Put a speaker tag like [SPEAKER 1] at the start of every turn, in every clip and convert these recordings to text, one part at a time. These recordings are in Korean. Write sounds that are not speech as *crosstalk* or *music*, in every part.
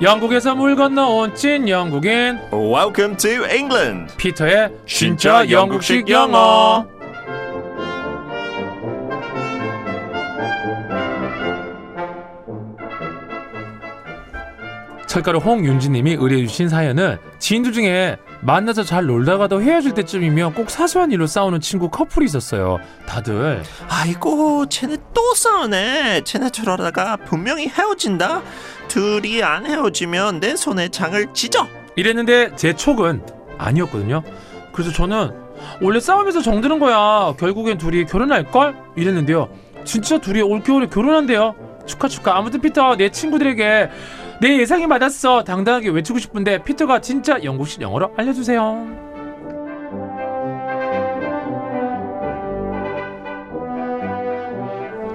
[SPEAKER 1] 영국에서 물 건너온 찐 영국인
[SPEAKER 2] Welcome to England.
[SPEAKER 1] 피터의
[SPEAKER 2] 진짜 영국식 영어.
[SPEAKER 1] 철가루 홍윤지님이 의뢰해주신 사연은 지인들 중에 만나서 잘 놀다가도 헤어질 때쯤이면 꼭 사소한 일로 싸우는 친구 커플이 있었어요. 다들
[SPEAKER 2] 아이고, 쟤네 또 싸우네. 쟤네 저러다가 분명히 헤어진다. 둘이 안 헤어지면 내 손에 장을 찢어.
[SPEAKER 1] 이랬는데 제 촉은 아니었거든요. 그래서 저는 원래 싸움에서 정드는 거야. 결국엔 둘이 결혼할걸? 이랬는데요. 진짜 둘이 올겨울에 결혼한대요. 축하 축하. 아무튼 피터 내 친구들에게 내 예상이 맞았어. 당당하게 외치고 싶은데 피터가 진짜 영국식 영어로 알려주세요.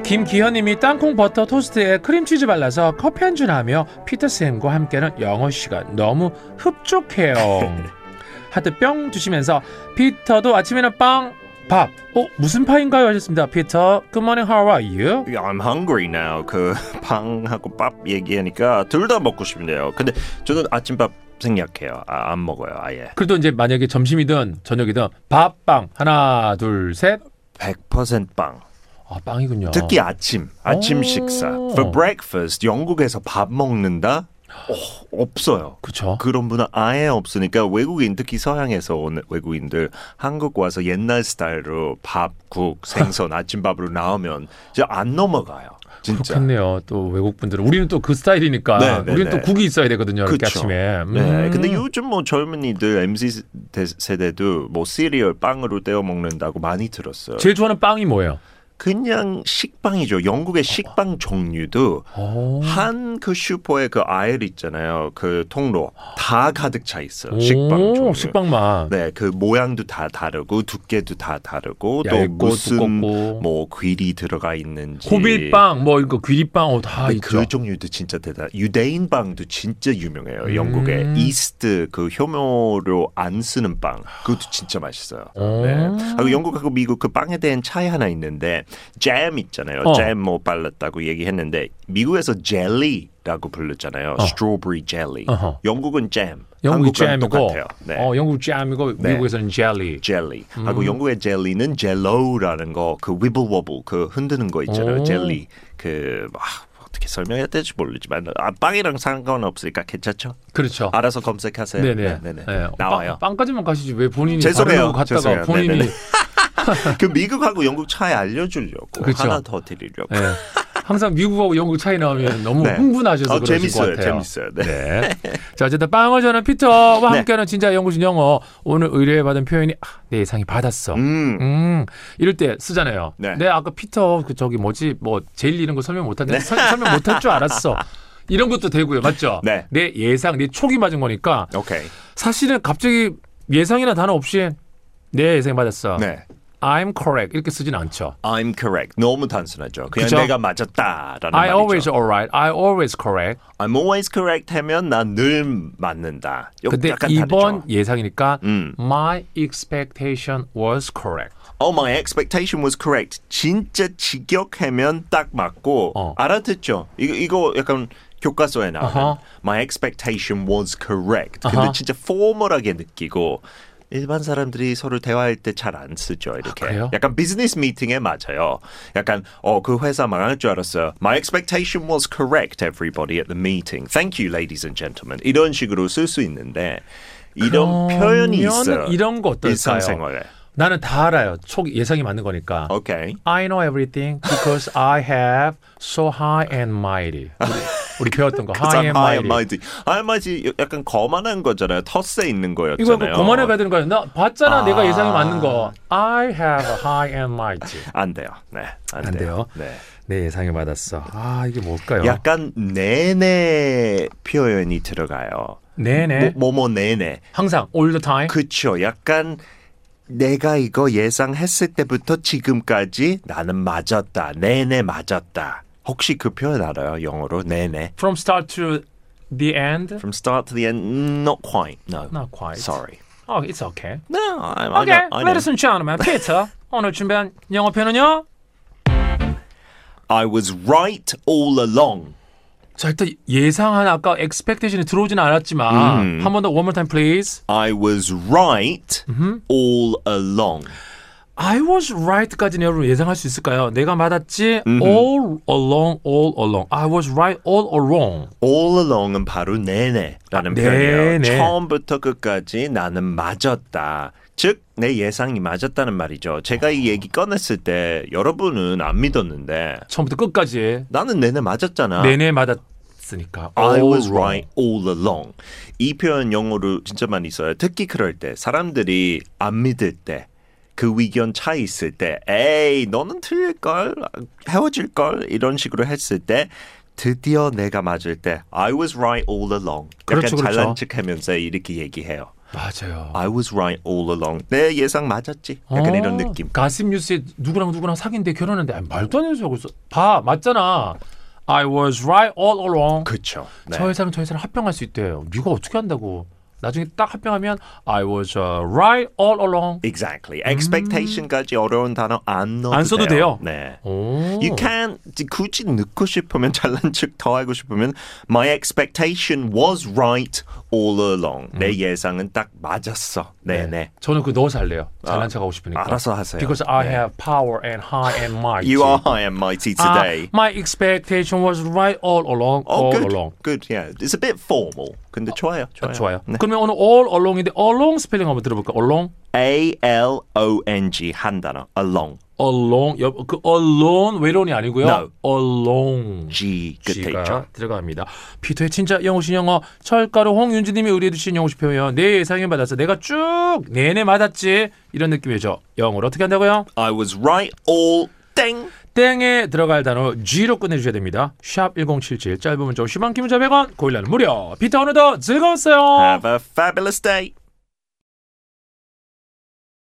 [SPEAKER 1] 김기현님이 땅콩 버터 토스트에 크림치즈 발라서 커피 한 잔 하며 피터 쌤과 함께하는 영어 시간 너무 흡족해요. 하트 뿅 주시면서 피터도 아침에는 빵, 밥. 어 무슨 파인가요 하셨습니다. 피터, Good morning, how are you?
[SPEAKER 2] I'm hungry now. 그 빵하고 밥 얘기하니까 둘 다 먹고 싶네요. 근데 저는 아침밥 생략해요. 아, 안 먹어요, 아예.
[SPEAKER 1] 그래도 이제 만약에 점심이든 저녁이든 밥, 빵 하나, 둘, 셋.
[SPEAKER 2] 100% 빵.
[SPEAKER 1] 아 빵이군요.
[SPEAKER 2] 특히 아침, 아침
[SPEAKER 1] 오.
[SPEAKER 2] 식사. For breakfast, 영국에서 밥 먹는다? 어, 없어요.
[SPEAKER 1] 그쵸.
[SPEAKER 2] 그런 분은 아예 없으니까 외국인 특히 서양에서 온 외국인들 한국 와서 옛날 스타일로 밥, 국, 생선, 아침밥으로 나오면 진짜 안 넘어가요. 진짜.
[SPEAKER 1] 그렇겠네요. 또 외국 분들은 우리는 또 그 스타일이니까
[SPEAKER 2] 네, 네,
[SPEAKER 1] 우리는
[SPEAKER 2] 네.
[SPEAKER 1] 또 국이 있어야 되거든요. 이렇게
[SPEAKER 2] 그쵸.
[SPEAKER 1] 아침에. 음.
[SPEAKER 2] 네, 근데 요즘 뭐 젊은이들 MZ 대- 세대도 뭐 시리얼 빵으로 떼어 먹는다고 많이 들었어요.
[SPEAKER 1] 제일 좋아하는 빵이 뭐예요?
[SPEAKER 2] 그냥 식빵이죠. 영국의 식빵 종류도
[SPEAKER 1] 오.
[SPEAKER 2] 한 그 슈퍼의 그 아일 있잖아요. 그 통로 다 가득 차 있어요.
[SPEAKER 1] 오,
[SPEAKER 2] 식빵 종류.
[SPEAKER 1] 식빵만.
[SPEAKER 2] 네, 그 모양도 다 다르고 두께도 다 다르고 또
[SPEAKER 1] 얇고
[SPEAKER 2] 무슨
[SPEAKER 1] 두껍고.
[SPEAKER 2] 뭐 귀리 들어가 있는지
[SPEAKER 1] 고빌빵 뭐 이거 귀리빵 어, 다
[SPEAKER 2] 근데
[SPEAKER 1] 있죠.
[SPEAKER 2] 그 종류도 진짜 대단. 유대인 빵도 진짜 유명해요. 영국의
[SPEAKER 1] 음. 이스트
[SPEAKER 2] 이스트 그 효모로 안 쓰는 빵. 그것도 진짜 맛있어요.
[SPEAKER 1] 어.
[SPEAKER 2] 네. 아, 영국하고 미국 그 빵에 대한 차이 하나 있는데 잼 있잖아요.
[SPEAKER 1] 어.
[SPEAKER 2] 잼 뭐 발랐다고 얘기했는데 미국에서 젤리라고 불렀잖아요. 스트로베리 젤리.
[SPEAKER 1] 어. 어허.
[SPEAKER 2] 영국은 잼.
[SPEAKER 1] 영국
[SPEAKER 2] 한국이랑
[SPEAKER 1] 잼이고,
[SPEAKER 2] 똑같아요. 네.
[SPEAKER 1] 어, 영국 잼이고
[SPEAKER 2] 네.
[SPEAKER 1] 미국에서는 젤리.
[SPEAKER 2] 젤리.
[SPEAKER 1] 음.
[SPEAKER 2] 하고 영국의 젤리는 젤로우라는 거, 그 위블워블, 그 흔드는 거 있잖아요.
[SPEAKER 1] 오.
[SPEAKER 2] 젤리. 그 아, 어떻게 설명해야 될지 모르지만 아, 빵이랑 상관없으니까 괜찮죠?
[SPEAKER 1] 그렇죠.
[SPEAKER 2] 알아서 검색하세요.
[SPEAKER 1] 네네.
[SPEAKER 2] 네, 네, 네.
[SPEAKER 1] 네. 어,
[SPEAKER 2] 나와요.
[SPEAKER 1] 빵, 까지만 가시지 왜 본인이
[SPEAKER 2] 죄송해요.
[SPEAKER 1] 바르려고 갔다가
[SPEAKER 2] 죄송해요.
[SPEAKER 1] 본인이
[SPEAKER 2] 네네네. 그 미국하고 영국 차이 알려주려고
[SPEAKER 1] 그쵸.
[SPEAKER 2] 하나 더 드리려고.
[SPEAKER 1] 그렇죠.
[SPEAKER 2] 어,
[SPEAKER 1] 네. 항상 미국하고 영국 차이 나오면 너무
[SPEAKER 2] 네.
[SPEAKER 1] 흥분하셔서
[SPEAKER 2] 어,
[SPEAKER 1] 그러실 것
[SPEAKER 2] 재밌어요.
[SPEAKER 1] 같아요.
[SPEAKER 2] 재밌어요. 네.
[SPEAKER 1] 네. 자, 어쨌든 빵을 전한 피터와 함께하는 진짜 영국식 영어. 오늘 의뢰받은 표현이 아, 내 예상이 받았어. 음.
[SPEAKER 2] 음.
[SPEAKER 1] 이럴 때 쓰잖아요.
[SPEAKER 2] 네.
[SPEAKER 1] 내가 아까 피터 그 저기 뭐지 뭐 제일 이런 거 설명
[SPEAKER 2] 네.
[SPEAKER 1] 못하는데 설명 못할 줄 알았어. 이런 것도 되고요, 맞죠?
[SPEAKER 2] 네. 어.
[SPEAKER 1] 내 예상, 내 촉이 맞은 거니까
[SPEAKER 2] 오케이.
[SPEAKER 1] 사실은 갑자기 예상이나 단어 없이 내 예상 맞았어.
[SPEAKER 2] 네.
[SPEAKER 1] I'm correct 이렇게 쓰진 않죠.
[SPEAKER 2] I'm correct. 너무 단순하죠. 그냥
[SPEAKER 1] 그쵸?
[SPEAKER 2] 내가 맞았다라는
[SPEAKER 1] I
[SPEAKER 2] 말이죠.
[SPEAKER 1] always alright. I always correct.
[SPEAKER 2] I'm always correct 하면 난 늘 맞는다. 요-
[SPEAKER 1] 근데
[SPEAKER 2] 약간
[SPEAKER 1] 이번
[SPEAKER 2] 다르죠.
[SPEAKER 1] 예상이니까
[SPEAKER 2] 음.
[SPEAKER 1] my expectation was correct.
[SPEAKER 2] Oh, my expectation was correct. 진짜 직역하면 딱 맞고
[SPEAKER 1] 어.
[SPEAKER 2] 알아듣죠. 이거 이거 약간 교과서에 나오는
[SPEAKER 1] 아하.
[SPEAKER 2] my expectation was correct. 근데
[SPEAKER 1] 아하.
[SPEAKER 2] 진짜 포멀하게 느끼고 일반 사람들이 서로 대화할 때 잘 안 쓰죠 이렇게.
[SPEAKER 1] 아, 그래요?
[SPEAKER 2] 약간 비즈니스 미팅에 맞아요. 약간 어 그 회사 망할 줄 알았어요. My expectation was correct, everybody at the meeting. Thank you, ladies and gentlemen. 이런 식으로 쓸 수 있는데 이런 표현이
[SPEAKER 1] 그러면은
[SPEAKER 2] 있어요.
[SPEAKER 1] 이런 거 어떨까요?
[SPEAKER 2] 일상생활에. 어.
[SPEAKER 1] 나는 다 알아요. 촉 예상이 맞는 거니까.
[SPEAKER 2] 오케이.
[SPEAKER 1] I know everything because I have so high and mighty. 우리, 우리 배웠던 거
[SPEAKER 2] *laughs* 그래서
[SPEAKER 1] high and
[SPEAKER 2] high
[SPEAKER 1] mighty.
[SPEAKER 2] and mighty. high and mighty 약간 거만한 거잖아요. 텃세 있는
[SPEAKER 1] 이거 뭐
[SPEAKER 2] 거였잖아요.
[SPEAKER 1] 고만해 가야 되는 거야. 나 봤잖아.
[SPEAKER 2] 아.
[SPEAKER 1] 내가 예상이 맞는 거. I have a high and mighty.
[SPEAKER 2] 안 돼요. 네, 안,
[SPEAKER 1] 안 돼요.
[SPEAKER 2] 네.
[SPEAKER 1] 내 예상이 맞았어. 아 이게 뭘까요?
[SPEAKER 2] 약간 내내 표현이 들어가요.
[SPEAKER 1] 네네.
[SPEAKER 2] 뭐- 뭐뭐 내내.
[SPEAKER 1] 항상 all the time.
[SPEAKER 2] 그쵸. 약간 내가 이거 예상했을 때부터 지금까지 나는 맞았다. 내내 맞았다. 혹시 그 표현 알아요? 영어로 내내.
[SPEAKER 1] From start to the end.
[SPEAKER 2] From start to the end, mm, not quite. No.
[SPEAKER 1] Not quite.
[SPEAKER 2] Sorry.
[SPEAKER 1] Oh, it's okay.
[SPEAKER 2] No, I, I
[SPEAKER 1] Okay,
[SPEAKER 2] *laughs* know. I know.
[SPEAKER 1] ladies and gentlemen, Peter. 오늘 준비한 영어 표현은요.
[SPEAKER 2] I was right all along.
[SPEAKER 1] 자 일단 예상한 아까 expectation이 들어오지는
[SPEAKER 2] 음.
[SPEAKER 1] 않았지만 한 번 더 one more time please.
[SPEAKER 2] I was right
[SPEAKER 1] 음.
[SPEAKER 2] all along.
[SPEAKER 1] I was right까지는 여러분 예상할 수 있을까요? 내가 맞았지 all along all along. I was right all along.
[SPEAKER 2] All along은 바로 내내라는 표현이에요.
[SPEAKER 1] 아, 네네.
[SPEAKER 2] 처음부터 끝까지 나는 맞았다. 즉, 내 예상이 맞았다는 말이죠. 제가 이 얘기 꺼냈을 때 여러분은 안 믿었는데
[SPEAKER 1] 처음부터 끝까지
[SPEAKER 2] 나는 내내 맞았잖아.
[SPEAKER 1] 내내 맞았으니까.
[SPEAKER 2] I
[SPEAKER 1] all
[SPEAKER 2] was
[SPEAKER 1] wrong.
[SPEAKER 2] right all along. 이 표현 영어로 진짜 많이 써요. 특히 그럴 때 사람들이 안 믿을 때. 그 의견 차이 있을 때, 에이, 너는 틀릴걸? 헤어질걸? 이런 식으로 했을 때, 드디어 내가 맞을 때, I was right all along. 약간
[SPEAKER 1] 그렇죠, 그렇죠.
[SPEAKER 2] 잘난 척 하면서 이렇게 얘기해요.
[SPEAKER 1] 맞아요.
[SPEAKER 2] I was right all along. 내 예상 맞았지? 약간
[SPEAKER 1] 아,
[SPEAKER 2] 이런 느낌.
[SPEAKER 1] 가십 뉴스에 누구랑 누구랑 사귄데 결혼했는데 아니, 말도 안 되는 소리 하고 있어. 봐 맞잖아. I was right all along.
[SPEAKER 2] 그쵸. 네.
[SPEAKER 1] 저 회사랑 저 회사랑 합병할 수 있대요. 네가 어떻게 한다고? 나중에 딱 합병하면 I was uh, right all along.
[SPEAKER 2] Exactly. Expectation까지 어려운 단어 안 넣어도
[SPEAKER 1] 안 써도 돼요?
[SPEAKER 2] 네.
[SPEAKER 1] 오.
[SPEAKER 2] You can 굳이 넣고 싶으면 *laughs* 잘난 척 더 하고 싶으면 My expectation was right all along. 내 예상은 딱 맞았어. 네네. 아,
[SPEAKER 1] 저는 그 넣어서 할래요. 잘난 척하고 싶으니까.
[SPEAKER 2] 알아서 하세요. 네.
[SPEAKER 1] Because I have power and high and mighty.
[SPEAKER 2] You are high and mighty today.
[SPEAKER 1] Ah, my expectation was right all along.
[SPEAKER 2] oh,
[SPEAKER 1] all
[SPEAKER 2] good. 네.
[SPEAKER 1] along.
[SPEAKER 2] Good. Yeah. It's a bit formal. 근데 좋아요. 좋아요.
[SPEAKER 1] 좋아요. 그러면 오늘 all along인데 along 스펠링 한번 들어볼까요? along.
[SPEAKER 2] A L O N G 한 단어. Along.
[SPEAKER 1] along 여- 그 alone 외로운이 아니고요.
[SPEAKER 2] No.
[SPEAKER 1] along
[SPEAKER 2] G 끝에 있죠.
[SPEAKER 1] G가 들어갑니다. 피터의 진짜 영어신 영어 철가루 홍윤주님이 의뢰해주신 영어식 표현 내 예상에 받아서 내가 쭉 내내 맞았지 이런 느낌이죠. 영어로 어떻게 한다고요?
[SPEAKER 2] I was right all 땡.
[SPEAKER 1] 땡에 들어갈 단어 G로 끝내주셔야 됩니다. 샵 1077 짧은 문자 50원 긴 문자 100원 고일라는 무료 피터 오늘도 즐거웠어요.
[SPEAKER 2] Have a fabulous day.